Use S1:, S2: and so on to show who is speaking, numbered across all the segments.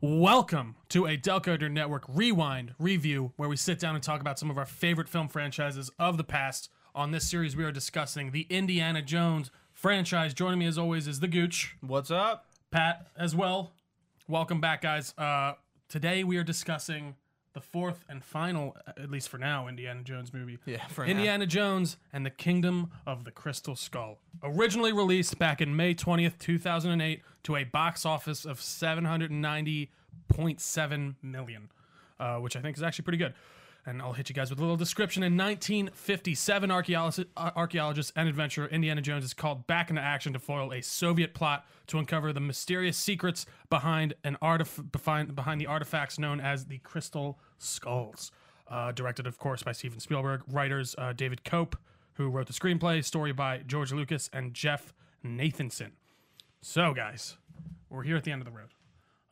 S1: Welcome to a Delcoder Network Rewind review, where we sit down and talk about some of our favorite film franchises of the past. On this series, we are discussing the Indiana Jones franchise. Joining me, as always, is the Gooch,
S2: What's up?
S1: Pat, as well. Welcome back, guys. Uh, today, we are discussing the fourth and final, at least for now, Indiana Jones movie.
S2: Yeah, for
S1: Indiana Jones and the Kingdom of the Crystal Skull. Originally released back in May 20th, 2008, to a box office of 790.7 million, uh, which I think is actually pretty good. And I'll hit you guys with a little description. In 1957, archaeologist, archaeologist uh, and adventurer Indiana Jones is called back into action to foil a Soviet plot to uncover the mysterious secrets behind an artif- behind, behind the artifacts known as the Crystal Skulls uh, directed, of course, by Steven Spielberg. Writers uh, David Cope, who wrote the screenplay, story by George Lucas and Jeff Nathanson. So, guys, we're here at the end of the road,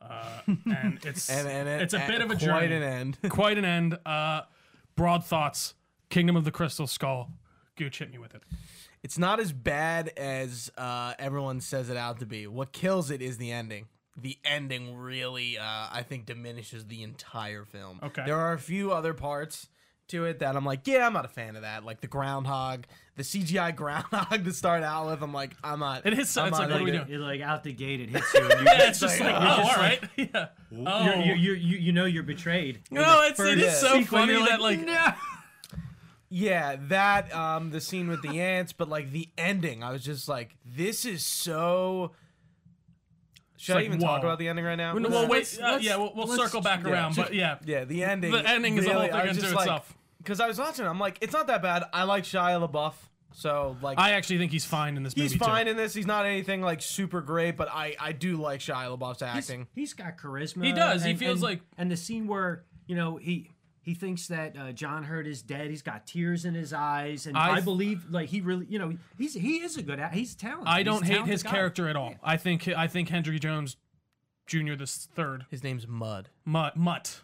S1: uh, and it's
S2: And, and, and
S1: it's a bit
S2: and
S1: of a
S2: quite
S1: journey,
S2: an end.
S1: quite an end. Uh, broad thoughts: Kingdom of the Crystal Skull. Gooch hit me with it.
S2: It's not as bad as uh, everyone says it out to be. What kills it is the ending. The ending really, uh, I think, diminishes the entire film.
S1: Okay.
S2: There are a few other parts to it that I'm like, yeah, I'm not a fan of that. Like the groundhog, the CGI groundhog to start out with. I'm like, I'm not.
S1: It is. So,
S2: I'm
S1: it's
S2: not
S1: like, what are we
S2: into
S1: doing?
S3: You're like out the gate, it hits you. And you're
S1: Yeah, it's
S3: just,
S1: just
S3: like,
S1: like,
S3: you're
S1: oh,
S3: just
S1: all
S3: like-
S1: right, yeah. Oh,
S3: You're, you're, you're, you you know you're betrayed.
S1: no, it's it is
S2: first
S1: so
S3: sequence,
S1: funny
S3: you're
S1: that like.
S3: like,
S2: Yeah, that um the scene with the ants, but like the ending, I was just like, this is so. Should
S1: like,
S2: I even
S1: whoa.
S2: talk about the ending right now?
S1: Well,
S2: Let's-
S1: wait. uh,
S2: let's-
S1: yeah, we'll, we'll
S2: let's-
S1: circle back
S2: yeah,
S1: around,
S2: just-
S1: but yeah,
S2: yeah, the ending.
S1: The ending is the whole
S2: really,
S1: thing
S2: I was
S1: unto
S2: just like-
S1: itself.
S2: Because I was watching, it, I'm like, it's not that bad. I like Shia LaBeouf, so like,
S1: I actually think he's fine in this
S2: he's
S1: movie. too.
S2: fine in this. He's not anything like super great, but I I do like Shia LaBeouf's acting.
S3: he's got charisma.
S1: He does. He
S3: and-
S1: feels
S3: and-
S1: like-
S3: And the scene where you know he he thinks that uh, John Hurt is dead. He's got tears in his eyes, and
S1: I-
S3: I, believe like he really you know he's he is a good act. He's talented.
S1: I
S3: He's
S1: don't
S3: a
S1: hate
S3: talented
S1: his
S3: guy.
S1: character at all. I think I think Hendry Jones Jr. this third
S2: His name's Mud.
S1: Mutt Mutt.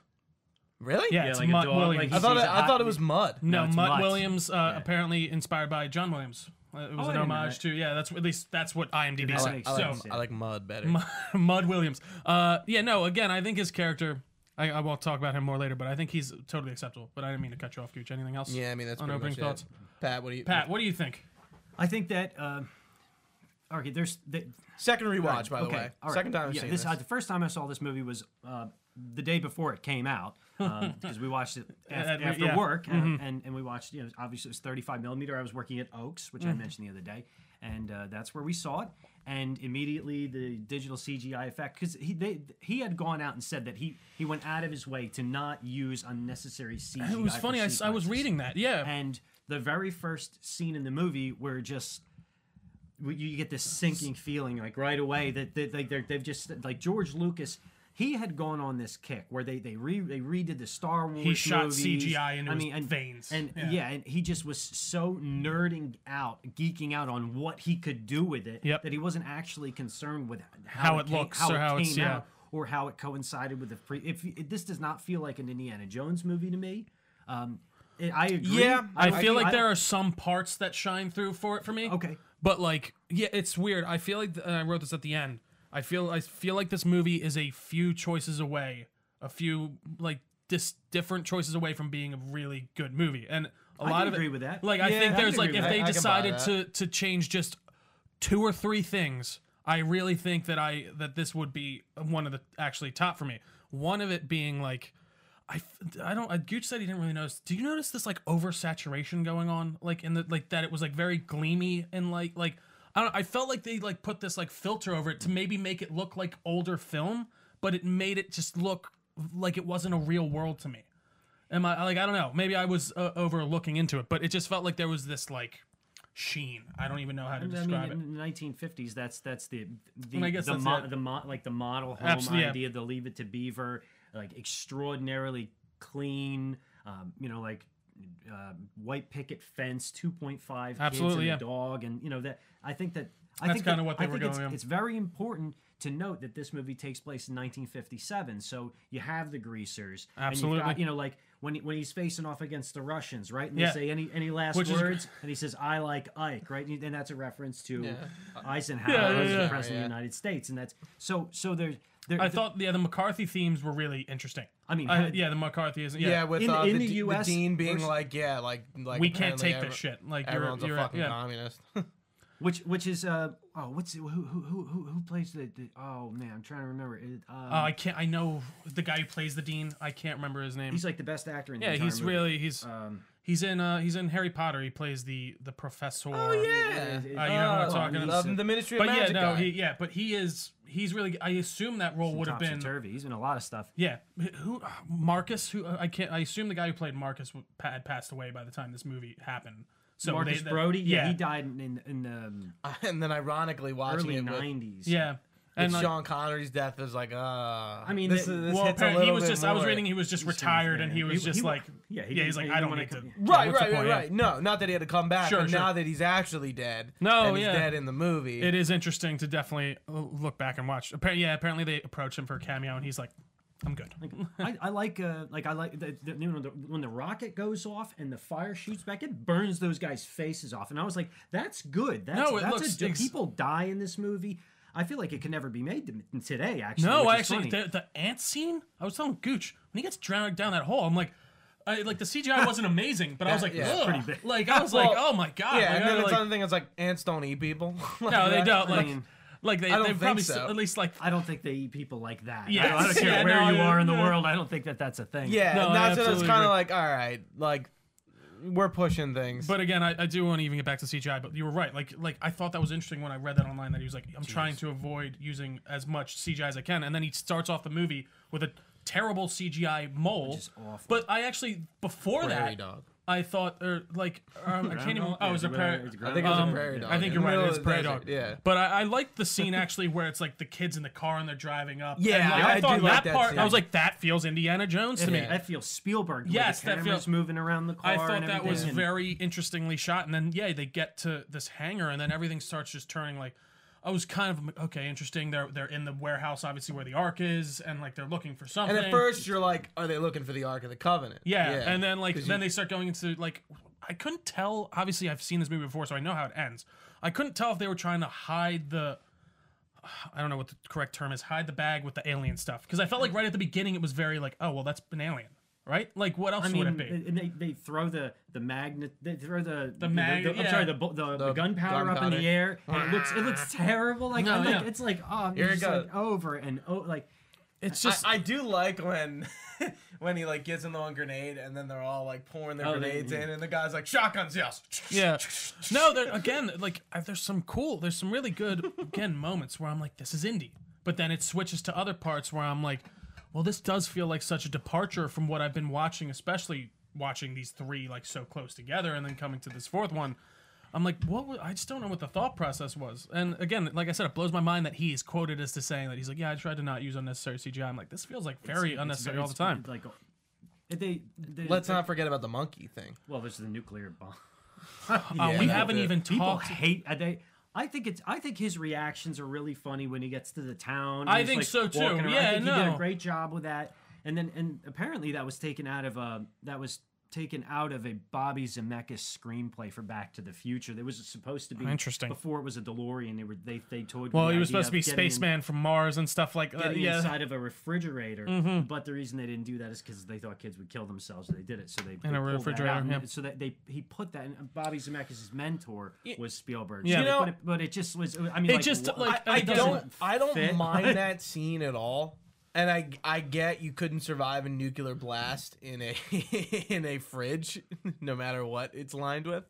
S2: Really?
S1: Yeah,
S3: Yeah,
S1: it's
S3: like a
S1: Mutt
S3: dog, like
S1: Williams.
S2: I
S3: he's-
S2: thought
S3: He's
S2: it,
S3: a
S2: I
S3: hot-
S2: thought it was Mud.
S1: no,
S3: No, it's
S1: Mutt
S3: Mutt.
S1: Williams uh, apparently inspired by John Williams. Uh, it was
S3: Oh,
S1: an
S3: wait a
S1: homage to yeah. That's at least that's what IMDb
S3: that
S1: said.
S3: makes
S2: I like,
S3: sense.
S1: so
S2: I like Mud better.
S1: Mud Williams. Uh, yeah, no. Again, I think his character. I, I will talk about him more later, but I think he's totally acceptable. But I didn't mean to cut you off, Gooch. Anything else?
S2: Yeah, I mean that's
S1: On
S2: pretty
S1: opening
S2: much
S1: thoughts.
S2: It. Pat, what do you?
S1: Pat, what do you think?
S3: I think that. Uh, okay, there's the,
S2: Second rewatch,
S3: Right,
S2: by the
S3: okay,
S2: way.
S3: all right.
S2: Second time I've
S3: yeah,
S2: seen
S3: this,
S2: this.
S3: uh, the first time I saw this movie was uh, the day before it came out um, because we watched it af-
S1: At-
S3: after,
S1: yeah.
S3: work, uh, and, and we watched. You know, obviously it was 35 millimeter. I was working at Oaks, which I mentioned the other day, and uh, that's where we saw it. And immediately the digital CGI effect because he they, he had gone out and said that he he went out of his way to not use unnecessary CGI.
S1: It was
S3: for
S1: funny. I, s- I was
S3: sequences.
S1: reading that. Yeah.
S3: And the very first scene in the movie where just you you get this sinking feeling like right away that they, they, they're, they've just like George Lucas. He had gone on this kick where they they re they redid the Star Wars.
S1: he shot
S3: movies.
S1: CGI into
S3: I
S1: his
S3: mean, and,
S1: veins.
S3: and yeah. and he just was so nerding out, geeking out on what he could do with it
S1: Yep.
S3: that he wasn't actually concerned with
S1: How
S3: how,
S1: it
S3: came-
S1: looks
S3: how
S1: or
S3: it
S1: how
S3: came
S1: it's- yeah.
S3: out, or how it coincided with the pre. If, you- this does not feel like an Indiana Jones movie to me. Um, it, I agree.
S2: Yeah,
S1: I,
S3: don't-
S1: feel like
S3: I
S1: there
S3: don't-
S1: are some parts that shine through for it for me.
S3: Okay.
S1: But like, yeah, it's weird. I feel like, and I wrote this at the end. I feel I feel like this movie is a few choices away, a few like dis- different choices away from being a really good movie. And a
S3: I
S1: lot
S3: can
S1: of
S3: agree
S1: it,
S3: with that.
S1: Like, I
S2: Yeah,
S1: think
S2: I can
S1: there's like
S2: agree
S1: if
S2: with
S1: they
S2: that. I can buy
S1: decided to to change just two or three things, I really think that I that this would be one of the actually top for me. One of it being like I, f- I don't. I, Gooch said he didn't really notice. Do you notice this like oversaturation going on, like in the like that it was like very gleamy and like like I don't. I felt like they like put this like filter over it to maybe make it look like older film, but it made it just look like it wasn't a real world to me. Am I like I don't know? Maybe I was uh, overlooking into it, but it just felt like there was this like sheen. I don't even know how to
S3: I mean,
S1: describe it.
S3: in the 1950s, that's that's the the
S1: And I guess
S3: the,
S1: that's
S3: mo-
S1: it.
S3: the mo- like the model home
S1: Absolutely, yeah.
S3: idea, the Leave It to Beaver, like extraordinarily clean, um, you know, like uh, white picket fence, 2.5 kids
S1: Absolutely,
S3: and
S1: yeah.
S3: a dog, and you know that I think that I
S1: That's
S3: think
S1: kinda
S3: that-
S1: what they
S3: I
S1: were
S3: think
S1: going,
S3: it's,
S1: yeah.
S3: it's very important to note that this movie takes place in 1957, so you have the greasers. and you've
S1: Absolutely.
S3: got, you know, like when he, when he's facing off against the Russians, right? And
S1: Yeah.
S3: they say any any last
S1: Which is-
S3: words, and he says, "I like Ike," right? And that's a reference to Eisenhower,
S1: Yeah, yeah,
S3: who was the
S1: yeah.
S3: president of the
S2: Yeah.
S3: United States, and that's so so there's. There,
S1: I thought yeah, the McCarthy themes were really interesting.
S3: I mean,
S1: I-
S3: had-
S1: yeah, the McCarthyism.
S2: Yeah,
S1: Yeah,
S2: with
S3: In-
S2: uh,
S3: in
S2: the,
S3: the
S2: d-
S3: US
S2: the dean being
S3: versus-
S2: like, yeah, like, like
S1: we can't
S2: apparently
S1: take
S2: every-
S1: this shit. Like you're,
S2: Everyone's
S1: you're
S2: a fucking
S1: yeah.
S2: communist.
S3: which which is uh oh what's who who who who who plays the, the oh man I'm trying to remember it, um,
S1: Uh, I can't. I know the guy who plays the dean. I can't remember his name.
S3: he's like the best actor in the
S1: yeah,
S3: entire
S1: he's
S3: movie.
S1: really he's
S3: um
S1: he's in uh he's in Harry Potter. He plays the the professor.
S2: oh yeah,
S3: it- it-
S1: Uh, you know who I'm
S3: oh,
S1: talking
S3: he's
S1: about.
S2: Love him, the Ministry of
S1: But yeah,
S2: Magic
S1: no,
S2: guy.
S1: he yeah, but he is he's really. I assume that role would have been
S3: topsy-turvy. He's in a lot of stuff.
S1: yeah. Who Marcus? Who uh, I can't. I assume the guy who played Marcus w- pa- had passed away by the time this movie happened. So
S3: Marcus
S1: they, they-
S3: Brody, yeah,
S1: yeah,
S3: he died in in, in the um,
S2: and then ironically watching
S3: early
S2: it with, with
S3: '90s.
S1: yeah. And like,
S2: Sean Connery's death is like, uh I
S3: mean,
S2: this,
S3: the-
S2: is- this
S1: well,
S2: hits a
S1: apparently
S2: little
S1: he was
S2: bit
S1: just. I was
S2: more.
S1: reading. He was just retired, and he was just like, yeah,
S3: didn't-
S1: he's like,
S3: he
S1: I
S3: didn't
S1: don't
S3: wanna
S1: need to.
S3: come-
S2: Right,
S1: what's the
S2: right, right,
S1: point, yeah.
S2: right. No, not that he had to come back,
S1: Sure,
S2: but
S1: sure.
S2: now that he's actually dead.
S1: No,
S2: and he's
S1: yeah.
S2: dead in the movie.
S1: It is interesting to definitely uh, look back and watch. Apparently, yeah, apparently they approach him for a cameo, and he's like, "I'm good."
S3: I, I like uh, like I like the, the, when, the, when the rocket goes off and the fire shoots back, it burns those guys' faces off, and I was like, "That's good. That's,
S1: No, it
S3: that's
S1: looks
S3: a, do-
S1: ex-
S3: people die in this movie. I feel like it could never be made to- today. Actually,
S1: No,
S3: which
S1: I
S3: is
S1: actually
S3: funny.
S1: the, the ant scene. I was telling Gooch when he gets dragged down that hole. I'm like, I like the CGI wasn't amazing, but I was like,
S2: yeah, it's
S1: "Ugh."
S3: pretty big.
S1: Like I was like,
S2: Well,
S1: "Oh my god!"
S2: yeah,
S1: like,
S2: and
S1: I
S2: then it's
S1: like-
S2: another thing. It's like ants don't eat people. Like
S1: no, they
S2: that.
S1: don't. Like,
S3: mean,
S1: like they,
S2: don't
S1: they
S2: think
S1: probably
S2: so.
S1: s- at least like
S3: I don't think they eat people like that.
S1: Yeah,
S3: I don't, I don't care
S1: yeah,
S3: where
S1: no,
S3: you
S1: yeah,
S3: are in the
S1: yeah.
S3: world. I don't think that that's a thing.
S2: Yeah,
S1: No, I
S2: and that's what it's
S1: absolutely
S2: kind
S1: agree.
S2: of like. All right, like we're pushing things.
S1: But again, I, I do want to even get back to CGI. But you were right. Like, like I thought that was interesting when I read that online that he was like, "I'm trying to avoid using as much CGI as I can," and then he starts off the movie with a terrible CGI mole.
S3: is awful.
S1: But I actually before
S2: Prairie
S1: that,
S2: dog.
S1: I thought, or like, um, I can't even.
S3: Groundhog?
S1: Oh, it was a
S3: Yeah,
S1: prairie.
S3: it's
S2: I think it was
S1: Um,
S2: a prairie dog.
S1: I think
S2: in
S1: you're
S2: the
S1: right.
S2: middle
S1: It's
S2: of the
S1: prairie
S2: desert,
S1: dog.
S2: Yeah.
S1: But I, I like the scene actually where it's like the kids in the car and they're driving up.
S2: Yeah,
S1: and, like,
S2: I
S1: I,
S2: do
S1: thought
S2: like
S1: that,
S2: that
S1: part.
S2: scene.
S1: I was like, that feels Indiana Jones to
S3: I
S1: me.
S3: mean, that feels Spielberg.
S1: Yes,
S3: Yes, the
S1: that
S3: cameras
S1: feels-
S3: moving around the car.
S1: I thought
S3: and
S1: that was
S3: everything.
S1: very interestingly shot, and then yeah, they get to this hangar, and then everything starts just turning like. I was kind of okay, interesting. They're they're in the warehouse, obviously where the ark is, and like they're looking for something.
S2: And at first you're like, are they looking for the Ark of the Covenant?
S1: yeah, and then like
S2: 'Cause
S1: then
S2: you-
S1: they start going into like I couldn't tell. Obviously, I've seen this movie before, so I know how it ends. I couldn't tell if they were trying to hide the. I don't know what the correct term is. Hide the bag with the alien stuff because I felt like right at the beginning it was very like, oh well, that's an alien, right? Like what else
S3: I mean,
S1: would it be?
S3: and they, they throw the the magnet, they throw the the,
S1: mag-
S3: the-
S1: yeah.
S3: I'm sorry, the bu- the, the,
S2: The
S3: gunpowder up in
S2: gunpowder.
S3: the air. and it looks it looks terrible. Like,
S1: No,
S3: I'm like-
S1: yeah.
S3: it's like oh,
S2: Here it
S3: it's like
S2: goes.
S3: over and oh, like
S1: It's just
S2: I, I do like when when he like gives him the one grenade and then they're all like pouring their
S3: Oh, they-
S2: grenades in and the guy's like shotguns yes
S1: mm. Yeah. No, there again, like I- there's some cool, there's some really good again moments where I'm like, this is indie, but then it switches to other parts where I'm like, well, this does feel like such a departure from what I've been watching, especially watching these three like so close together, and then coming to this fourth one. I'm like, what? wa- I just don't know what the thought process was. And again, like I said, it blows my mind that he is quoted as to saying that he's like, yeah, I tried to not use unnecessary CGI. I'm like, this feels like very unnecessary
S3: very-
S1: all the time.
S3: Like they, they
S2: Let's not forget about the monkey thing.
S3: Well, there's the nuclear bomb.
S1: Uh,
S2: Yeah,
S1: we
S2: that-
S1: haven't
S2: that-
S1: even
S3: People
S1: talked.
S3: hate uh, they. I think it's. I think his reactions are really funny when he gets to the town. and
S1: I
S3: he's,
S1: think
S3: like,
S1: so, too.
S3: walking around.
S1: Yeah,
S3: I think he did
S1: no.
S3: a great job with that. And then, and apparently that was taken out of a that was taken out of a Bobby Zemeckis screenplay for Back to the Future. There was supposed to be
S1: Interesting.
S3: before it was a DeLorean. They were they they toyed. with
S1: Well,
S3: the
S1: he was
S3: idea
S1: supposed to be
S3: of getting in-
S1: spaceman from Mars and stuff like that.
S3: Getting
S1: yeah. Mm-hmm.
S3: inside of a refrigerator, but the reason they didn't do that is because they thought kids would kill themselves. and They did it, so they in
S1: a refrigerator, yeah.
S3: So that they he put that. in Bobby Zemeckis' mentor was Spielberg.
S1: Yeah.
S3: so
S1: You
S3: they
S2: know-
S3: put it, but it just was. I mean,
S1: It
S3: like,
S1: just,
S3: wha-
S1: like,
S2: I, I
S1: It doesn't
S2: don't I don't
S3: fit.
S2: mind that scene at all. And I I get you couldn't survive a nuclear blast in a in a fridge, no matter what it's lined with.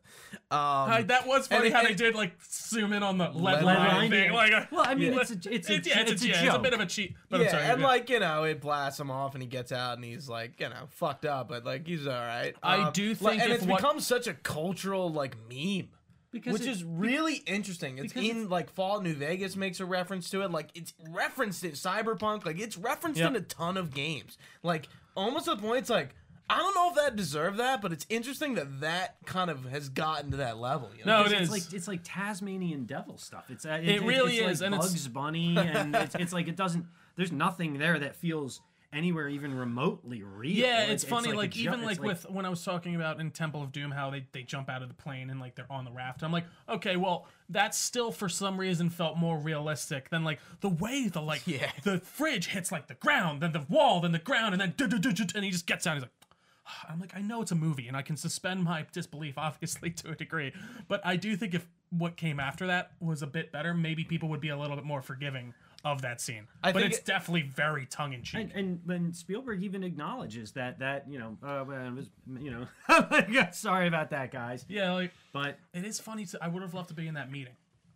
S2: Um,
S1: I, that was funny
S2: And-
S1: how
S2: and-
S1: they did like zoom in on the lead
S2: Lead
S1: line
S3: line,
S1: thing.
S3: yeah.
S1: Like, uh,
S3: Well, I mean,
S1: yeah.
S3: it's a- it's a-
S1: yeah, it's,
S3: it's
S1: a,
S3: a
S1: yeah, it's a
S3: joke.
S1: bit of a cheat. But I'm
S2: yeah,
S1: sorry.
S2: and
S1: yeah.
S2: like you know, it blasts him off, and he gets out, and he's like you know fucked up, but like he's all right.
S1: I
S2: Um,
S1: do
S2: like-
S1: think
S2: and
S1: if
S2: it's
S1: what-
S2: become such a cultural like meme.
S3: because
S2: Which
S3: it-
S2: is really interesting. It's
S3: because
S2: in like Fallout New Vegas makes a reference to it. Like it's referenced in Cyberpunk. Like it's referenced
S1: Yeah.
S2: in a ton of games. Like almost to the point it's like I don't know if that deserved that, but it's interesting that that kind of has gotten to that level. You know?
S1: No, it
S3: It's
S1: is.
S3: like it's like Tasmanian devil stuff. It's uh,
S1: It really is,
S3: it's like
S1: and it's-
S3: Bugs Bunny, and it's, it's like it doesn't. There's nothing there that feels anywhere even remotely real.
S1: Yeah,
S3: It-
S1: it's, funny.
S3: a
S1: Like,
S3: ju-
S1: even
S3: it's
S1: like, with when I was talking about in Temple of Doom, how they, they jump out of the plane and like they're on the raft. I'm like, okay, well that still for some reason felt more realistic than like the way the like
S2: Yeah.
S1: the fridge hits like the ground, then the wall, then the ground, and then duh, duh, duh, duh, duh, and he just gets out. He's like. I'm like, I know it's a movie, and I can suspend my disbelief, obviously, to a degree. But I do think if what came after that was a bit better, maybe people would be a little bit more forgiving of that scene.
S2: I
S1: but
S2: think
S1: it's
S2: it-
S1: definitely very tongue in cheek.
S3: And, and when Spielberg even acknowledges that that you know uh, well, it was you know oh my God, sorry about that guys,
S1: Yeah, like
S3: but
S1: It is funny. To, I would have loved to be in that meeting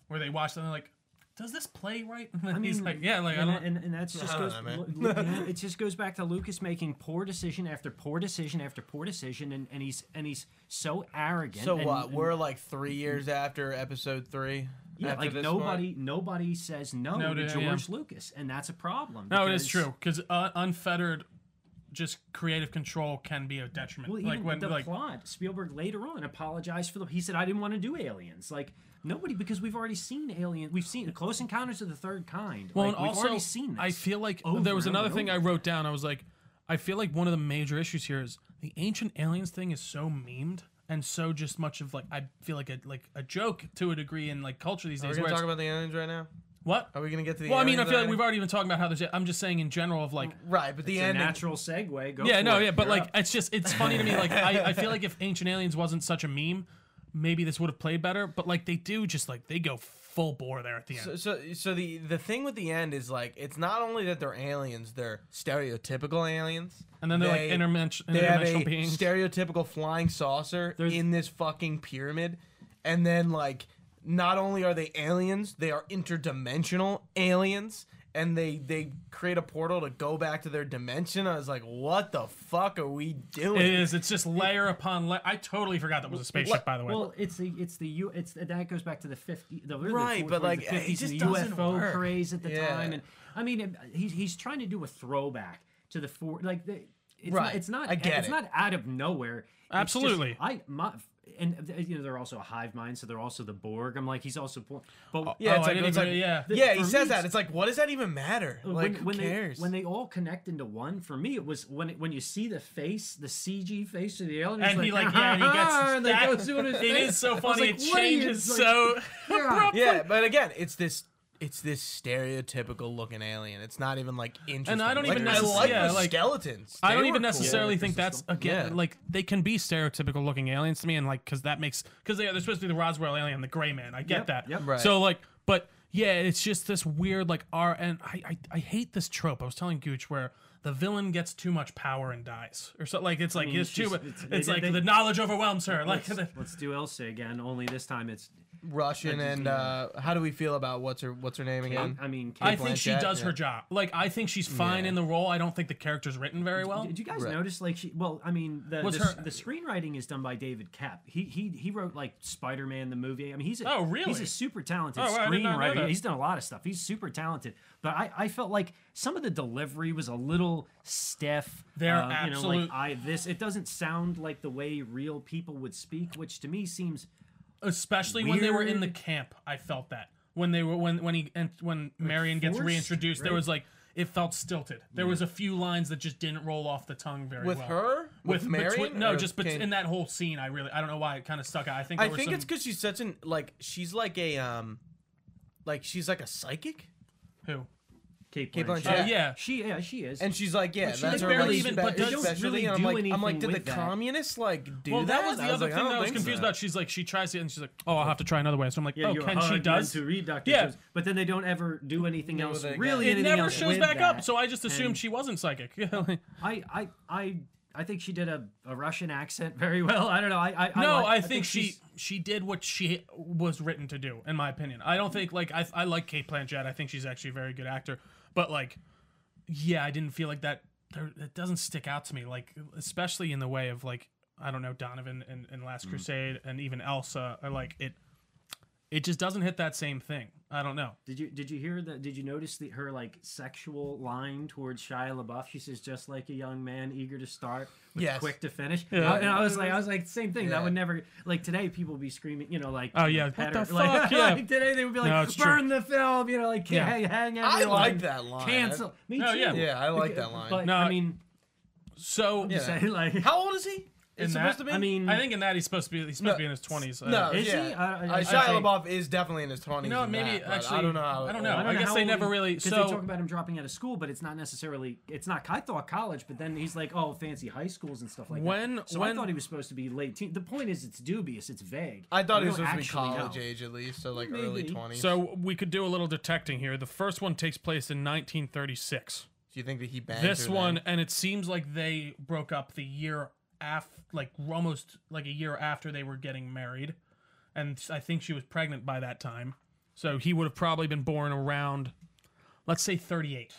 S1: where they watched and they're like, "Does this play right?" And then he's like, "Yeah, like I
S3: and,
S1: don't."
S3: and, and that's just
S2: I don't
S3: goes,
S2: know, man.
S3: Lu- Lu- yeah, it just goes back to Lucas making poor decision after poor decision after poor decision, and, and he's and he's so arrogant.
S2: So
S3: and-
S2: what?
S3: and-
S2: We're like three years after episode three.
S3: yeah,
S2: after
S3: like
S2: this
S3: nobody nobody says no,
S1: No
S3: to
S1: to-
S3: George
S1: yeah.
S3: Lucas, and that's a problem.
S1: no, it is
S3: because-
S1: true because uh, unfettered, just creative control can be a detriment.
S3: Well, even
S1: like when
S3: the
S1: like
S3: plot, Spielberg later on apologized for the. He said, "I didn't want to do Aliens." Like nobody, because we've already seen Aliens. We've seen Close Encounters of the Third Kind.
S1: Well,
S3: like,
S1: and
S3: we've
S1: also,
S3: already seen this.
S1: I feel like
S3: over
S1: there was
S3: and over
S1: another
S3: and
S1: thing I
S3: over.
S1: wrote down. I was like, I feel like one of the major issues here is the ancient aliens thing is so memed and so just much of like I feel like a like a joke to a degree in like culture these
S2: Are
S1: days.
S2: we
S1: where it's-
S2: gonna talk about the aliens right now?
S1: what?
S2: Are we gonna get to the?
S1: Well, I mean, I
S2: aliens
S1: feel like
S2: already?
S1: we've already been talking about how there's. I'm just saying in general of like
S2: right, but the
S3: it's a
S2: ending.
S3: natural segue. Go
S1: yeah,
S3: for
S1: no,
S3: it.
S1: yeah, but
S3: You're
S1: like
S3: up.
S1: it's just it's funny to me. Like I, I feel like if Ancient Aliens wasn't such a meme, maybe this would have played better. But like they do, just like they go full bore there at the end.
S2: So, so, so the the thing with the end is like it's not only that they're aliens, they're stereotypical aliens,
S1: and then they're
S2: They-
S1: like interdimension,
S2: they have a
S1: interdimensional beings.
S2: stereotypical flying saucer
S3: There's-
S2: in this fucking pyramid, and then like not only are they aliens, they are interdimensional aliens, and they they create a portal to go back to their dimension. I was like, what the fuck are we doing?
S1: it is. It's just layer upon layer. I totally forgot that was a spaceship, by the way.
S3: Well, it's the it's the U it's that goes back to the fifty the really
S2: Right,
S3: the
S2: but,
S3: 40s,
S2: like,
S3: the
S2: it
S3: 50s and
S2: just
S3: the
S2: doesn't
S3: UFO
S2: work.
S3: craze at the
S2: Yeah.
S3: time, and I mean it- he's he's trying to do a throwback to the four like the, it's
S2: Right,
S3: not, it's not
S2: I get
S3: it's
S2: it.
S3: not out of nowhere. It's just-
S1: Absolutely.
S3: I my and uh, you know they're also a hive mind, so they're also the Borg. I'm like he's also po- but
S2: Yeah,
S1: Oh,
S2: it's
S1: I
S2: like,
S1: didn't
S2: it's like
S1: even- yeah.
S2: yeah. He
S3: For me,
S2: says
S3: it's-
S2: that. It's like, what does that even matter? Like,
S3: when,
S2: who
S3: when
S2: cares?
S3: They, when they all connect into one, for me, it was when it, when you see the face, the CG face of the alien, it's
S1: and he like yeah, he gets
S3: and they
S1: that-
S3: go to his
S1: It
S3: face.
S1: is so
S3: I was
S1: funny.
S3: like,
S1: it
S3: what are you-
S1: changes
S3: like,
S1: so
S3: yeah.
S1: abruptly.
S2: yeah, but again, it's this. It's this stereotypical looking alien. It's not even like interesting.
S1: don't
S2: Like,
S1: even
S2: I
S1: necess-
S2: like
S1: yeah,
S2: the
S1: like-
S2: skeletons.
S1: I
S2: They
S1: don't
S2: were
S1: even
S2: cool.
S1: necessarily
S3: Yeah,
S1: think
S3: because
S1: that's
S3: it's
S1: again
S2: Yeah.
S1: like they can be stereotypical looking aliens to me, and like because that makes because they, they're supposed to be the Roswell alien, the gray man. I get
S3: Yep,
S1: that.
S3: yep.
S2: Right.
S1: So like, but yeah, it's just this weird like our and I, I I hate this trope. I was telling Gooch where the villain gets too much power and dies, or so like it's like
S3: mean,
S1: it's too
S3: Mm, she's-
S1: it's,
S3: it's- they-
S1: like
S3: they-
S1: the knowledge overwhelms her. Like
S3: Let's, let's do Elsa again. Only this time it's.
S2: Russian and uh, how do we feel about what's her what's her name again?
S3: I mean,
S1: I
S3: Kate
S1: think she
S2: Blanchett,
S1: does
S2: yeah.
S1: her job. Like I think she's fine
S2: Yeah.
S1: in the role. I don't think the character's written very well.
S3: Did you guys
S2: Right.
S3: notice? Like, she, well, I mean, the,
S1: Was
S3: the, s-
S1: her-
S3: the screenwriting is done by David Kapp. He he he wrote like Spider Man the movie. I mean, he's a,
S1: Oh, really?
S3: He's a super talented
S1: Oh, wow, I did not know
S3: screenwriter.
S1: that.
S3: He's done a lot of stuff. He's super talented. But I, I felt like some of the delivery was a little stiff.
S1: They're
S3: uh, you know, like
S1: absolute-
S3: I this it doesn't sound like the way real people would speak, which to me seems
S1: especially when they were in the
S3: weird-
S1: camp. I felt that when they were when when he and when Marion gets
S3: forced,
S1: reintroduced, there
S3: right?
S1: was like it felt stilted. There was a few lines that just didn't roll off the tongue very
S2: with
S1: well.
S2: her,
S1: with,
S2: with, Marion?
S1: between- no,
S2: Or
S1: just bet-
S2: Kane?
S1: in that whole scene. I really I don't know why it kind of stuck out. I think there
S2: I
S1: were
S2: think
S1: some,
S2: it's because she's such an like she's like a um, like she's like a psychic,
S1: who
S3: Kate
S2: Kate
S3: Blanchett.
S2: Blanchett. Yeah.
S1: Uh, yeah.
S3: She yeah she is.
S2: and she's like yeah,
S1: she, like,
S2: that's her
S1: barely
S2: like,
S1: even-
S2: spe-
S1: but doesn't
S2: specialty.
S3: really
S2: And I'm
S3: do
S2: like I'm like
S3: anything
S2: did the
S3: with that.
S2: communists like do
S1: Well,
S2: that?
S1: that was the
S2: I
S1: other
S2: like,
S1: thing
S2: don't
S1: that I was
S2: think
S1: confused
S2: so.
S1: about. She's like, she tries it, and she's like, "Oh, I'll have to try another way." So I'm like,
S3: Yeah,
S1: "Oh,
S3: you're
S1: can
S3: hard
S1: she
S3: meant
S1: does?"
S3: to read Dr.
S1: Yeah.
S3: Seuss, but then they don't ever do anything else.
S2: with it
S3: Really,
S2: again.
S1: It
S3: anything
S1: never
S3: else
S1: shows
S3: with
S1: back
S3: that.
S1: up, so I just assumed
S3: And-
S1: she wasn't psychic. Yeah,
S3: I I I I think she did a, a Russian accent very well. I don't know. I, I
S1: No,
S3: like-
S1: I, think, she
S3: she's-
S1: she did what she was written to do, in my opinion. I don't think like I I like Kate Blanchett. I think she's actually a very good actor, but like, yeah, I didn't feel like that. There, it doesn't stick out to me, like especially in the way of like I don't know Donovan
S2: Mm.
S1: uh, and, and Last Crusade and even Elsa. Are like it, it just doesn't hit that same thing. I don't know.
S3: Did you did you hear that? Did you notice the, her like sexual line towards Shia LaBeouf? She says just like a young man, eager to start, but
S2: Yes.
S3: quick to finish. I- and I was like, I was like, same thing. That
S2: Yeah.
S3: would never like today. People would be screaming, you know, like
S1: Oh, yeah.
S3: pet
S1: What the
S3: her- like,
S1: fuck? Yeah.
S3: like, today they would be like,
S1: No, it's true.
S3: burn the film, you know, like
S1: Yeah.
S3: hang, hang
S2: I
S3: everyone,
S2: like that line.
S3: cancel. Me
S1: No,
S3: too.
S1: yeah.
S2: Yeah, I like that line.
S3: But
S1: No,
S3: I mean,
S1: So
S2: Yeah.
S3: say, like,
S2: How old is he?
S1: in
S2: It's
S1: that,
S2: supposed to be.
S3: I mean,
S1: I think in that he's supposed to be he's supposed
S2: No.
S1: to be in his twenties.
S2: no,
S3: Is he?
S2: yeah.
S3: I- I-
S2: Uh,
S3: I
S2: Shia
S3: think-
S2: LaBeouf is definitely in his twenties.
S1: No, maybe actually-
S2: I don't know. how-
S1: I don't know.
S3: I,
S1: I
S3: don't know
S1: guess
S3: how
S1: they
S3: old
S1: never
S3: he-
S1: really-
S3: 'cause
S1: so-
S3: they talk about him dropping out of school, but it's not necessarily. It's not. I thought college, but then he's like, oh, fancy high schools and stuff like that.
S1: When-
S3: So I
S1: when-
S3: thought he was supposed to be late teen. The point is, it's dubious. It's vague.
S2: I thought
S3: We
S2: he was
S3: don't
S2: supposed to be
S3: actually
S2: college
S3: know.
S2: age at least, so like
S3: Maybe.
S2: early twenties.
S1: So we could do a little detecting here. The first one takes place in 1936.
S2: do you think that he banged
S1: This
S2: her then?
S1: one, and it seems like they broke up the year af, like almost like a year after they were getting married, and I think she was pregnant by that time. So he would have probably been born around, let's say 38.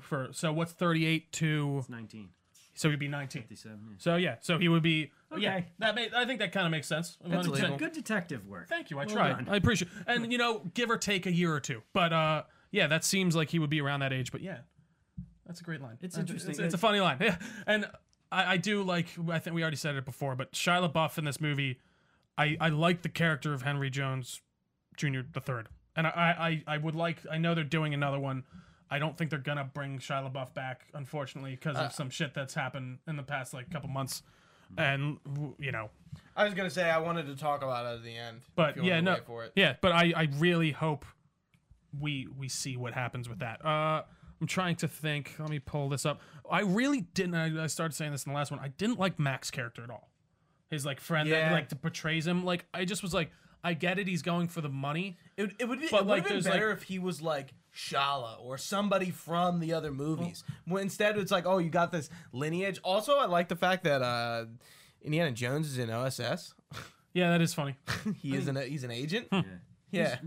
S1: For so what's 38 to
S3: It's Nineteen.
S1: so he'd be 19.
S3: 57, yeah.
S1: So yeah, so he would be yeah.
S3: Okay.
S1: That may, I think that kind of makes sense.
S3: That's
S2: legal.
S3: good detective work.
S1: Thank you. I
S3: Well
S1: tried.
S3: done.
S1: I appreciate. And you know, give or take a year or two. But uh, yeah, that seems like he would be around that age. But yeah, that's a great line.
S3: It's
S1: Uh,
S3: interesting.
S1: It's, it's a funny line. Yeah, and I, I do like. I think we already said it before, but Shia LaBeouf in this movie, I I like the character of Henry Jones Jr. the third, and I, I I would like. I know they're doing another one. I don't think they're gonna bring Shia LaBeouf back, unfortunately, because
S3: Uh,
S1: of some shit that's happened in the past like couple months,
S3: mm-hmm.
S1: and w- you know
S2: I was gonna say I wanted to talk about it at the end. if
S1: but
S2: you wanna
S1: yeah, no,
S2: wait for it.
S1: yeah, but I, I really hope we we see what happens with that. Uh, I'm trying to think. Let me pull this up. I really didn't. I, I started saying this in the last one. I didn't like Mac's character at all. His like friend that
S2: Yeah.
S1: like portrays him. Like I just was like, I get it. He's going for the money.
S2: It, it would be,
S1: But,
S2: it would
S1: like,
S2: have been
S1: there's, like-
S2: better if he was like Shala or somebody from the other movies. When instead it's like, oh, you got this lineage. Also, I like the fact that uh, Indiana Jones is in OSS.
S1: Yeah, that is funny.
S2: He is an he's an agent.
S3: These-
S2: Yeah,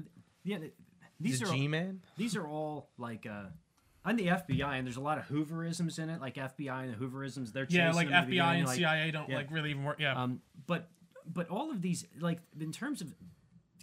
S3: Yeah. th-
S2: Hmm. he's
S3: These
S2: a
S3: are
S2: G man.
S3: these are all like. Uh, I'm the FBI, and there's a lot of Hooverisms in it, like FBI and the Hooverisms. They're
S1: Yeah,
S3: chasing
S1: like
S3: them at the
S1: FBI
S3: beginning,
S1: and
S3: like-
S1: CIA don't
S3: yeah.
S1: like really even work. Yeah,
S3: Um, but but all of these, like in terms of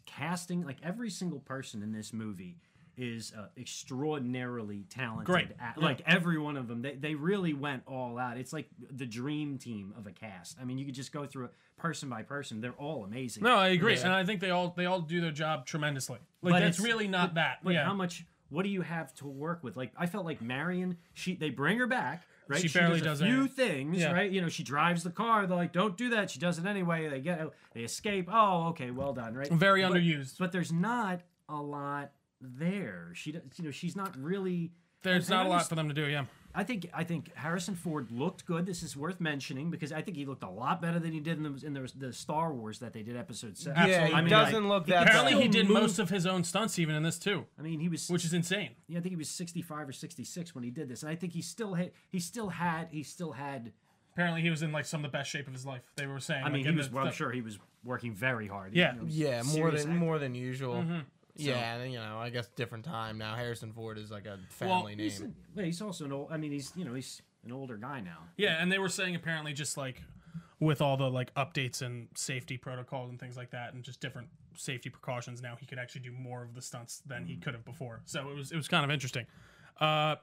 S3: casting, like every single person in this movie is uh, extraordinarily talented.
S1: Great.
S3: At,
S1: Yeah.
S3: Like every one of them, they they really went all out. It's like the dream team of a cast. I mean, you could just go through it person by person. They're all amazing.
S1: no, I agree, and I think they all they all do their job tremendously. Like
S3: But
S1: that's
S3: it's-
S1: really not that.
S3: But
S1: yeah.
S3: how much? What do you have to work with? Like I felt like Marion. She they bring her back. Right?
S1: She barely does
S3: a few
S1: anything.
S3: things.
S1: Yeah.
S3: Right? You know, she drives the car. They're like, "Don't do that." She does it anyway. They get they escape. Oh, okay, well done. Right?
S1: Very
S3: But-
S1: underused.
S3: But there's not a lot there. She does. You know, she's not really.
S1: There's
S3: and- and
S1: not a lot
S3: understand-
S1: for them to do. Yeah.
S3: I think I think Harrison Ford looked good. This is worth mentioning because I think he looked a lot better than he did in the, in the, the Star Wars that they did episode seven.
S1: Absolutely.
S2: Yeah, he
S1: I mean,
S2: doesn't
S3: like,
S2: look
S3: he
S2: that.
S3: can
S1: Apparently,
S2: bad.
S1: he
S3: still
S1: did
S3: move-
S1: most of his own stunts even in this too,
S3: I mean, he was
S1: which is insane.
S3: yeah, I think he was 65 or 66 when he did this, and I think he still had, he still had, he still had.
S1: Oh Apparently, he was in like some of the best shape of his life. They were saying.
S3: I mean,
S1: like,
S3: he
S1: in
S3: was.
S1: the-
S3: Well, I'm
S1: the-
S3: sure he was working very hard.
S1: Yeah.
S3: you know,
S2: Yeah, more
S3: serious Mm-hmm.
S2: than
S3: act-
S2: more than usual. Yeah, and, you know, I guess different time now. Harrison Ford is like a family
S3: He's,
S2: name.
S3: well, he's also an old. I mean, he's you know he's an older guy now.
S1: Yeah, and they were saying apparently just like with all the like updates and safety protocols and things like that, and just different safety precautions. Now he could actually do more of the stunts than
S3: Mm.
S1: he could have before. So it was it was kind of interesting. Uh,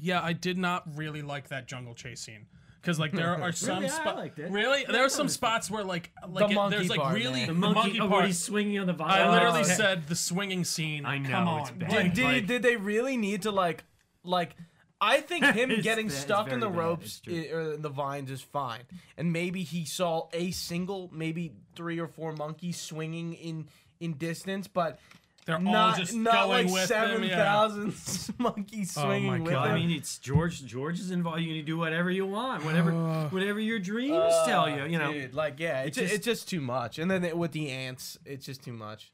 S1: yeah, I did not really like that jungle chase scene. Cause like there are some
S3: Really? I
S1: spots.
S3: liked it.
S1: Really,
S3: Yeah,
S1: there are
S3: I
S1: some
S3: was-
S1: spots where like like it-
S2: monkey
S1: there's like
S2: part,
S1: really
S2: man.
S1: the
S2: The
S1: monkey,
S3: oh, when
S1: part.
S3: he's swinging on the vine.
S1: I literally
S3: Oh, okay.
S1: said the swinging scene.
S3: I know,
S1: Come on,
S3: it's bad.
S1: Like,
S2: Did,
S3: Like-
S2: did they really need to like like? I think him
S3: It's
S2: getting
S3: bad- it's
S2: stuck in
S3: very
S2: the
S3: bad,
S2: ropes
S3: it's true.
S2: i- or in the vines is fine, and maybe he saw a single, maybe three or four monkeys swinging in in distance, but
S1: They're all
S2: not
S1: just
S2: not
S1: going
S2: like
S1: with them,
S2: seven
S1: yeah.
S2: thousand monkeys
S1: Oh my
S2: swinging with
S1: God.
S2: him.
S3: I mean, it's George. George is involved. You can do whatever you want, whatever,
S1: Uh,
S3: whatever your dreams tell you. You know,
S2: Uh, dude, like yeah, it's just,
S3: just-
S2: it's just too much. And then it, with the ants, it's just too much.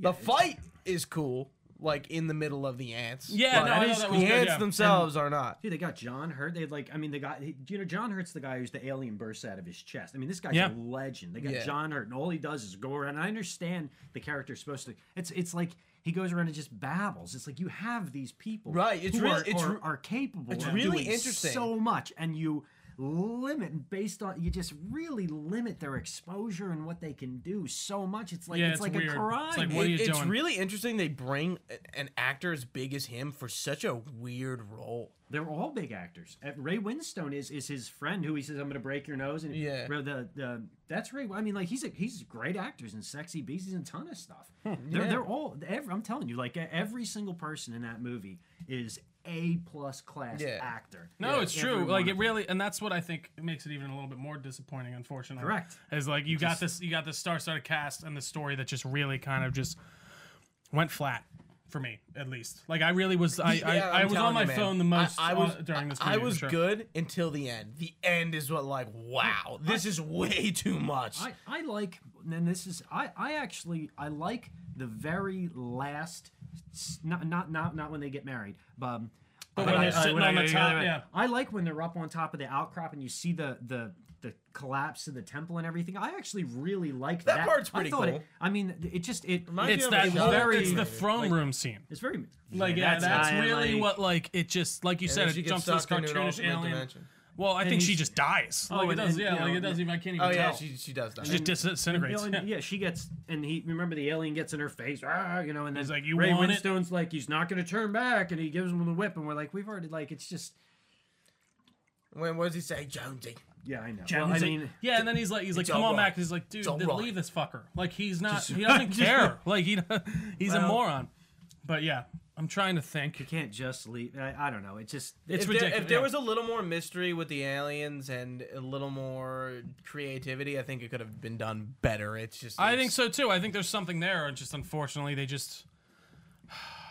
S2: the
S3: it's-
S2: fight is cool, like in the middle of the ants.
S1: Yeah,
S2: but
S1: no, I thought that was
S2: the
S1: good,
S2: ants
S1: yeah.
S2: themselves are not.
S3: Dude, they got John Hurt. They like, I mean, they got he- you know John Hurt's the guy who's the alien bursts out of his chest. I mean, this guy's
S1: Yeah.
S3: a legend. They got
S2: Yeah.
S3: John Hurt, and all he does is go around. And I understand the character's supposed to. It's it's like he goes around and just babbles. It's like you have these people,
S2: Right, it's
S3: who
S2: real-
S3: are,
S2: it's
S3: are,
S2: re-
S3: are capable.
S2: it's
S3: of
S2: really
S3: doing
S2: interesting.
S3: So much, and you limit based on you just really limit their exposure and what they can do so much. It's like
S1: Yeah,
S3: it's,
S1: it's
S3: like
S1: weird.
S3: a
S1: It's
S3: crime.
S1: like, what are you
S2: it's
S1: doing?
S2: really interesting they bring a- an actor as big as him for such a weird role.
S3: They're all big actors. Uh, Ray Winstone is is his friend who he says I'm going to break your nose and
S2: Yeah.
S3: Bro, the, the that's Ray. I mean, like he's a, he's great actors and sexy beasts and a ton of stuff. They're
S2: Hmm, Yeah.
S3: they're all. Every, I'm telling you, like e- every single person in that movie is a plus class
S2: Yeah.
S3: actor.
S1: No, it's
S3: Every
S1: true.
S3: one
S1: Like
S3: of
S1: it
S3: them.
S1: really, and that's what I think makes it even a little bit more disappointing. Unfortunately,
S3: Correct.
S1: Is like you got this, you got this star-studded cast and the story that just really kind of just went flat for me, at least. Like I really was, I,
S2: Yeah,
S1: I, I
S2: I'm
S1: was on
S2: telling
S1: my
S2: you, man.
S1: phone the most
S2: I, I was
S1: on- during this.
S2: I, I
S1: Movie, for
S2: was
S1: sure.
S2: good until the end. The end is what like wow, this is way too much.
S3: I, I like and this is I, I actually I like the very last s- not not not not when they get married but um,
S1: But
S3: I
S1: when
S3: like-
S1: they're
S3: I-
S1: sitting
S3: when I-
S1: on the
S3: I-
S1: top,
S3: I-
S1: yeah.
S3: I like when they're up on top of the outcrop and you see the the the collapse of the temple and everything I actually really like that,
S2: That part's
S3: I
S2: pretty
S3: thought it-
S2: cool.
S3: I mean it just it
S2: Reminds
S1: It's
S2: you
S1: that
S2: of a
S1: whole,
S3: very-
S1: it's the throne room scene.
S3: it's very
S1: Like yeah, that's,
S3: I am,
S1: really
S3: like-
S1: what like it just like you said
S2: then
S1: it
S2: she gets
S1: jumps to this
S2: sucked into an
S1: cartoonish
S2: alternate
S1: alien.
S2: dimension.
S1: Well, I think she
S3: he's-
S1: just dies.
S3: Oh,
S1: like it
S3: and-
S1: does,
S3: and,
S1: yeah.
S3: you
S1: Like
S3: know,
S1: it does. even I can't even
S2: oh
S1: tell.
S2: yeah, she she does that.
S1: She just disintegrates.
S3: Alien- yeah, she gets, and he remember the alien gets in her face, "Ah," you know, and then
S1: He's like, "You
S3: Ray
S1: want it?"
S3: Winstone's like, he's not going to turn back, and he gives him the whip, and we're like, we've already like, it's just,
S2: When what does he say, Jonesy?
S3: yeah, I know.
S1: And
S3: well, I
S1: he's like-
S3: mean,
S1: yeah, and then he's like, he's like,
S2: all
S1: come on
S2: wrong.
S1: back. He's like, dude,
S2: all
S1: then
S2: wrong."
S1: leave this fucker. Like he's not, he doesn't care. Like he, he's a
S3: Well-
S1: moron. But yeah, I'm trying to think.
S3: you can't just leave. I, I don't know. It's just,
S1: It's
S2: if
S1: ridiculous.
S2: There, if there
S1: yeah.
S2: was a little more mystery with the aliens and a little more creativity, I think it could have been done better. It's just
S1: I think so too. I think there's something there. It's just unfortunately they just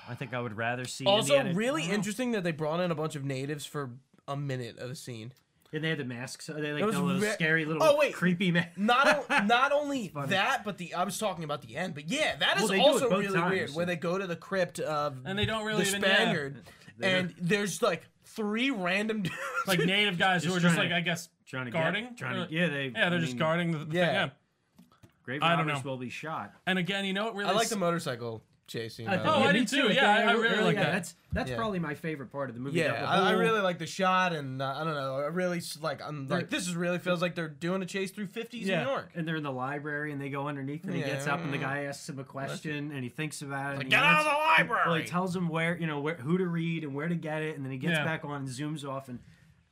S3: I think I would rather see.
S2: Also,
S3: Indiana-
S2: really
S3: I don't know.
S2: interesting that they brought in a bunch of natives for a minute of a scene.
S3: And they had the masks. So they like
S2: It was
S3: the little
S2: ve-
S3: scary little
S2: Oh, wait.
S3: creepy man.
S2: Not o- not only
S3: funny.
S2: that, but the I was talking about the end, but yeah, that is
S3: Well, they do it
S2: also
S3: both
S2: really
S3: times.
S2: weird. Where they go to the crypt of
S1: And they don't really
S2: the
S1: even- yeah.
S2: Spaniard,
S3: They
S2: and there's like three random dudes.
S1: like native guys who
S3: Just
S1: are just
S3: trying
S1: like
S3: to-
S1: I guess
S3: Trying to
S1: guarding.
S3: Get, trying
S1: Or-
S3: to, yeah, they.
S1: yeah, they're
S3: I
S1: just
S3: mean,
S1: guarding the the thing.
S2: Yeah.
S1: Yeah.
S3: Grave
S1: I don't
S3: robbers
S1: know.
S3: will be shot.
S1: And again, you know what really?
S2: I like the
S1: s-
S2: motorcycle chasing.
S3: I
S2: though.
S3: think-
S1: Oh,
S3: yeah,
S1: I
S3: me
S1: did too.
S3: I
S1: Yeah,
S3: think
S1: I really like
S3: yeah,
S1: that.
S3: That's that's
S2: Yeah.
S3: probably my favorite part of the movie.
S2: Yeah,
S3: that
S2: I, I
S3: whole-
S2: really like the shot, and uh, I don't know. I really s- like. I'm
S3: They're-
S2: like, this is really feels like they're doing a chase through 50s
S1: Yeah.
S2: New York.
S3: and they're in the library and they go underneath and he
S2: Yeah.
S3: gets up and the guy asks him a question and he thinks about it and he
S2: Get out of the
S3: ans-
S2: library!
S3: well he tells him where you know where, who to read and where to get it and then he gets
S1: Yeah.
S3: back on and zooms off and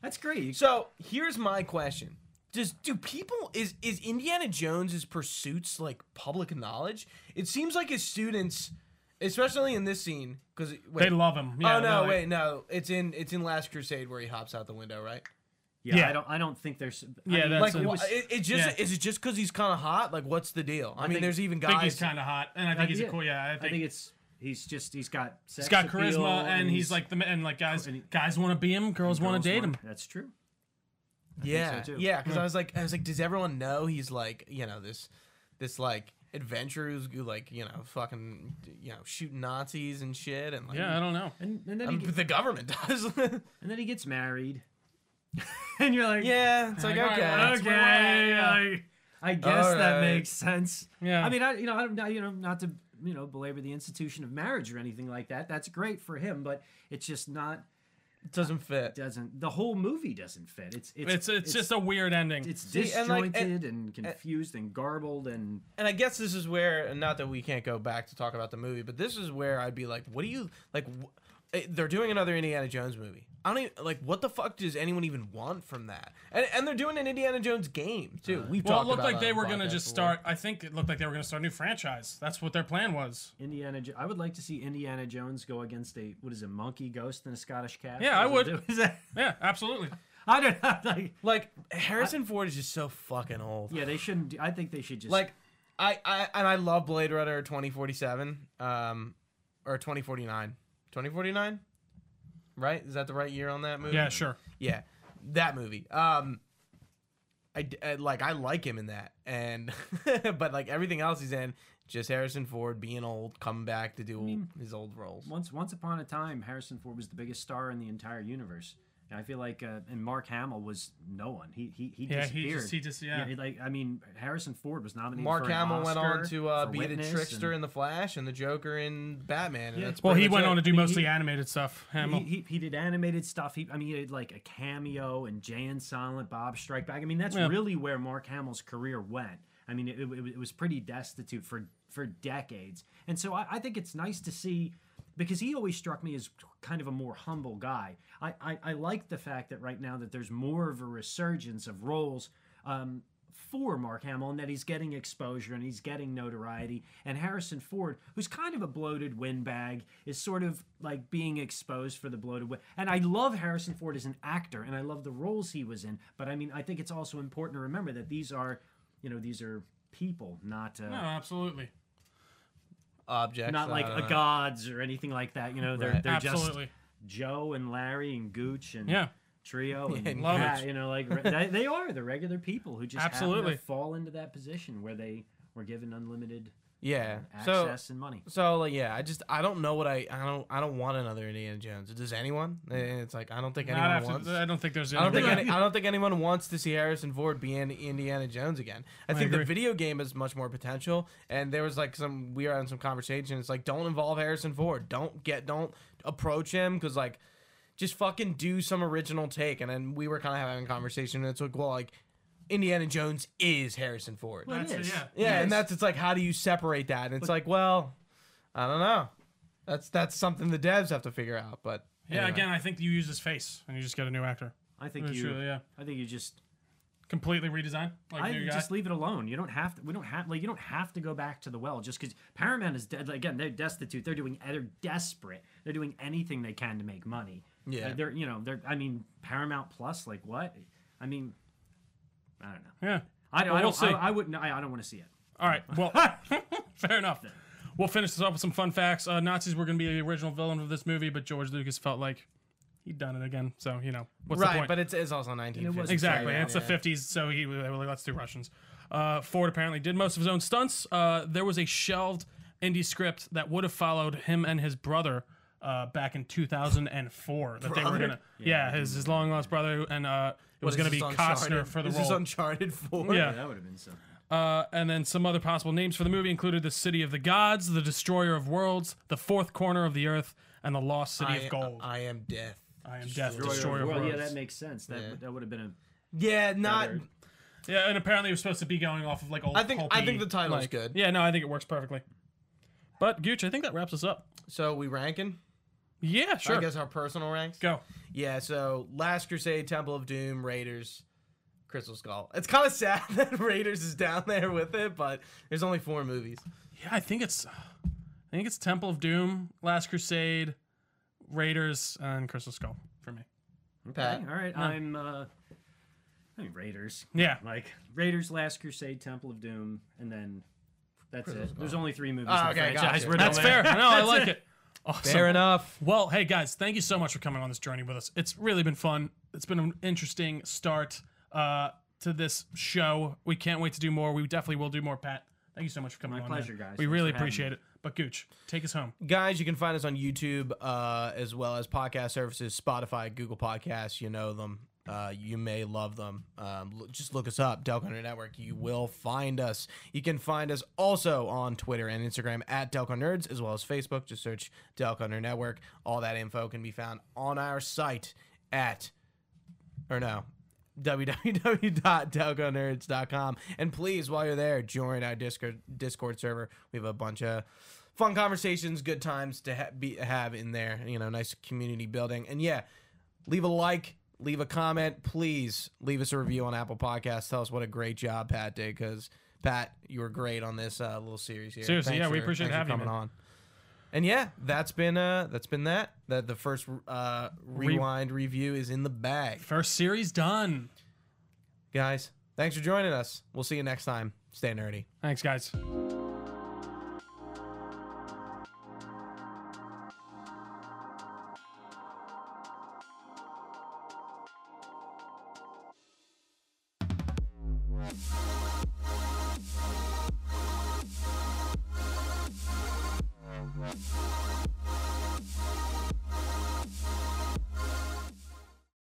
S3: that's great
S2: so here's my question: Does do people is is Indiana Jones's pursuits like public knowledge? It seems like his students, especially in this scene, because
S1: They love him. Yeah,
S2: oh no,
S1: they're like-
S2: wait, no, it's in it's in Last Crusade where he hops out the window, right?
S3: yeah,
S1: yeah.
S3: i don't i don't think there's I
S1: Yeah,
S3: mean,
S1: that's
S2: Like,
S1: So it
S2: wh-
S1: was-
S2: it, it just
S1: yeah.
S2: is it just because he's kind of hot? Like, what's the deal? I, mean,
S3: think-
S2: there's even
S1: I think he's
S2: guys.
S1: kind of hot, and I think he's a cool. Yeah,
S3: I think it's he's just he's got sex
S1: He's got
S3: appeal
S1: charisma, and he's
S3: he's-
S1: like the ma- and like guys,
S3: and he-
S1: guys want to be him, girls want
S3: girls
S1: to date him.
S3: want- that's true
S2: Yeah,
S3: so, too. Hmm.
S2: yeah. Because I was like, I was like, does everyone know he's like, you know, this, this like adventurer who's like, you know, fucking, you know, shooting Nazis and shit, and like,
S1: Yeah, I don't know.
S3: and, and then
S2: I
S3: he
S2: mean,
S3: gets,
S2: the government does.
S3: and then he gets married and you're like
S2: yeah, it's like
S1: Like,
S2: okay,
S1: alright, That's
S3: okay,
S1: right.
S3: like, I guess that
S2: Alright.
S3: makes sense.
S1: Yeah.
S3: I mean, I you know, I don't not- you know, not to you know belabor the institution of marriage or anything like that. That's great for him, but it's just not
S2: it doesn't fit.
S3: doesn't the whole movie doesn't fit. It's it's
S1: It's it's, just a weird ending.
S3: it's
S2: See, and like-
S3: disjointed and, confused and garbled and
S2: And I guess this is where, and not that we can't go back to talk about the movie, but this is where I'd be like, what do you like? wh- eh, they're doing another Indiana Jones movie. I don't even like. What the fuck does anyone even want from that? And, and they're doing an Indiana Jones game
S3: Uh,
S2: too. We
S1: well, it
S2: talked
S1: looked
S2: about
S1: like
S2: on
S1: they
S2: the
S1: were gonna
S2: podcast
S1: just
S2: before.
S1: start. I think it looked like they were gonna start a new franchise. That's what their plan was.
S3: Indiana. Jo- I would like to see Indiana Jones go against a what is it, monkey, ghost, and a Scottish cat.
S1: Yeah, I
S3: Is it-
S1: would.
S3: is that-
S1: Yeah, absolutely.
S3: I don't know. Like,
S2: Like Harrison Ford is just so fucking old.
S3: yeah, they shouldn't. Do, I think they should just
S2: Like I, I and I love Blade Runner 2047 um or 2049. 2049? Right? Is that the right year on that movie?
S1: Yeah, sure.
S2: Yeah. That movie. Um I, d- I- like I like him in that. And but like everything else he's in just Harrison Ford being old, coming back to do his old roles.
S3: Once, once upon a time, Harrison Ford was the biggest star in the entire universe. I feel like uh, and Mark Hamill was no one. He he he
S1: Yeah,
S3: disappeared.
S1: he just he just yeah.
S3: like I mean, Harrison Ford was nominated.
S2: Mark
S3: for an
S2: Hamill went on
S3: Oscar
S2: to uh,
S3: for
S2: be the
S3: Witness,
S2: trickster
S3: and-
S2: in the Flash and the Joker in Batman. And
S3: Yeah.
S2: that's
S1: well,
S2: pretty
S1: he
S2: much
S1: went
S2: it.
S1: on to do
S3: I mean,
S1: mostly
S3: he-
S1: animated stuff. Hamill.
S3: He, he, he did animated stuff. He I mean, he did like a cameo and Jay and Silent Bob Strike Back. I mean, that's
S1: Yeah.
S3: really where Mark Hamill's career went. I mean, it, it, was- it was pretty destitute for for decades, and so I, I think it's nice to see because he always struck me as kind of a more humble guy. I, I, I like the fact that right now that there's more of a resurgence of roles. Um, for Mark Hamill, and that he's getting exposure and he's getting notoriety. And Harrison Ford, who's kind of a bloated windbag, is sort of like being exposed for the bloated. Win- and I love Harrison Ford as an actor, and I love the roles he was in. But I mean, I think it's also important to remember that these are, you know, these are people, not uh,
S1: no, absolutely.
S2: objects,
S3: not
S2: I
S3: like
S2: don't
S3: a
S2: know.
S3: gods or anything like that. You know, they're
S2: Right.
S3: they're
S1: absolutely.
S3: just Joe and Larry and Gooch and
S1: yeah.
S3: trio and
S2: and
S1: Love
S3: Pat,
S1: it.
S3: you know like re- they, they are the regular people who just absolutely
S1: Absolutely.
S3: fall into that position where they were given unlimited
S2: Yeah. So
S3: access and money
S2: so like yeah, I just I don't know what I I don't I don't want another Indiana Jones. Does anyone? And It's like I don't think
S1: Not
S2: anyone
S1: after,
S2: wants.
S1: I don't think there's.
S2: I don't think
S1: anybody-
S2: any, I don't think anyone wants to see Harrison Ford be in Indiana Jones again. I, think the
S1: agree.
S2: video game has much more potential. And there was like some we were on some conversation. It's like don't involve Harrison Ford. Don't get don't approach him because like just fucking do some original take. And then we were kind of having a conversation. And it's like well like Indiana Jones is Harrison Ford.
S3: Well,
S1: That's it,
S3: Yes.
S1: yeah.
S2: yeah, and
S3: yes.
S2: that's it's like how do you separate that? And it's like well, I don't know. That's that's something the devs have to figure out. But
S1: Yeah,
S2: anyway.
S1: again, I think you use his face and you just get a new actor.
S3: i think you
S1: Truly, yeah.
S3: i think you just
S1: Completely redesign. Like
S3: i
S1: new guy.
S3: just leave it alone you don't have to we don't have like you don't have to go back to the well just because paramount is dead like, again they're destitute they're doing they're desperate they're doing anything they can to make money
S2: Yeah.
S3: Uh, they're you know they're i mean paramount plus like what i mean i don't know
S1: yeah.
S3: i don't,
S1: Well,
S3: I,
S1: we'll
S3: don't I,
S1: see.
S3: I wouldn't i, I don't want to see it
S1: All right. Well, fair enough. We'll finish this off with some fun facts. Uh, Nazis were going to be the original villain of this movie, but George Lucas felt like he'd done it again. So you know, what's the
S2: right,
S1: point?
S2: but it's, it's also 1950s.
S1: exactly.
S2: Yeah,
S1: it's
S2: yeah.
S1: the 50s, so he they were like, let's do Russians. Uh, Ford apparently did most of his own stunts. Uh, there was a shelved indie script that would have followed him and his brother. Uh, back in 2004, that they were
S2: Brother?
S1: gonna, yeah, his, his long lost brother, and uh, it was
S2: Is
S1: gonna
S2: this
S1: be
S2: Uncharted?
S1: Costner for the
S2: is
S1: role.
S2: This Uncharted Four.
S1: Yeah.
S3: that would have been something
S1: Uh, and then some other possible names for the movie included the City of the Gods, the Destroyer of Worlds, the Fourth Corner of the Earth, and the Lost City
S2: I, uh,
S1: of Gold. I,
S2: I am death.
S1: am Death, Destroyer,
S3: Destroyer of
S1: of
S3: Worlds.
S1: Worlds.
S3: "Oh, Yeah, that makes sense. That
S2: Yeah.
S3: that would have been a
S2: Yeah, not.
S3: Another-
S1: Yeah, and apparently it was supposed to be going off of like old.
S2: I think I
S1: pulpy,
S2: think the title's
S1: like-
S2: good.
S1: Yeah, no, I think it works perfectly. But Gooch, I think that wraps us up.
S2: So we ranking.
S1: Yeah, sure.
S2: I guess our personal ranks.
S1: Go.
S2: Yeah. So Last Crusade, Temple of Doom, Raiders, Crystal Skull. It's kind of sad that Raiders is down there with it, but there's only four movies.
S1: Yeah, I think it's, I think it's Temple of Doom, Last Crusade, Raiders, and Crystal Skull for me.
S2: Pat.
S3: All right, I'm. Uh, I mean Raiders.
S1: Yeah,
S3: Like Raiders, Last Crusade, Temple of Doom, and then that's it. There's only three movies.
S2: Oh,
S3: in the
S2: okay,
S3: franchise.
S2: gotcha.
S3: We're
S1: that's
S3: done
S1: fair.
S3: with-
S1: No, I
S3: That's
S1: like it. Awesome.
S2: Fair enough.
S1: Well, hey guys, thank you so much for coming on this journey with us. It's really been fun. It's been an interesting start uh, to this show. We can't wait to do more. We definitely will do more, Pat. Thank you so much for coming
S3: My
S1: on.
S3: pleasure,
S1: man.
S3: guys.
S1: We
S3: Thanks
S1: really
S3: for having
S1: appreciate it. But Gooch, take us home.
S2: guys you can find us on youtube uh, as well as podcast services spotify google podcasts you know them uh, you may love them um, l- just look us up delk Hunter network you will find us you can find us also on twitter and instagram at delk Hunter nerds as well as facebook just search delk Hunter network all that info can be found on our site at or no www.delconerds.com and please while you're there join our discord discord server we have a bunch of fun conversations good times to ha- be, have in there you know nice community building and yeah leave a like leave a comment please leave us a review on apple Podcasts. tell us what a great job pat did because pat you were great on this uh, little series here
S1: Seriously, yeah, we
S2: for-
S1: appreciate
S2: thanks for
S1: having you,
S2: coming
S1: man.
S2: on and yeah that's been uh that's been that that the first uh rewind review is in the bag
S1: First series done.
S2: guys thanks for joining us we'll see you next time stay nerdy
S1: Thanks, guys.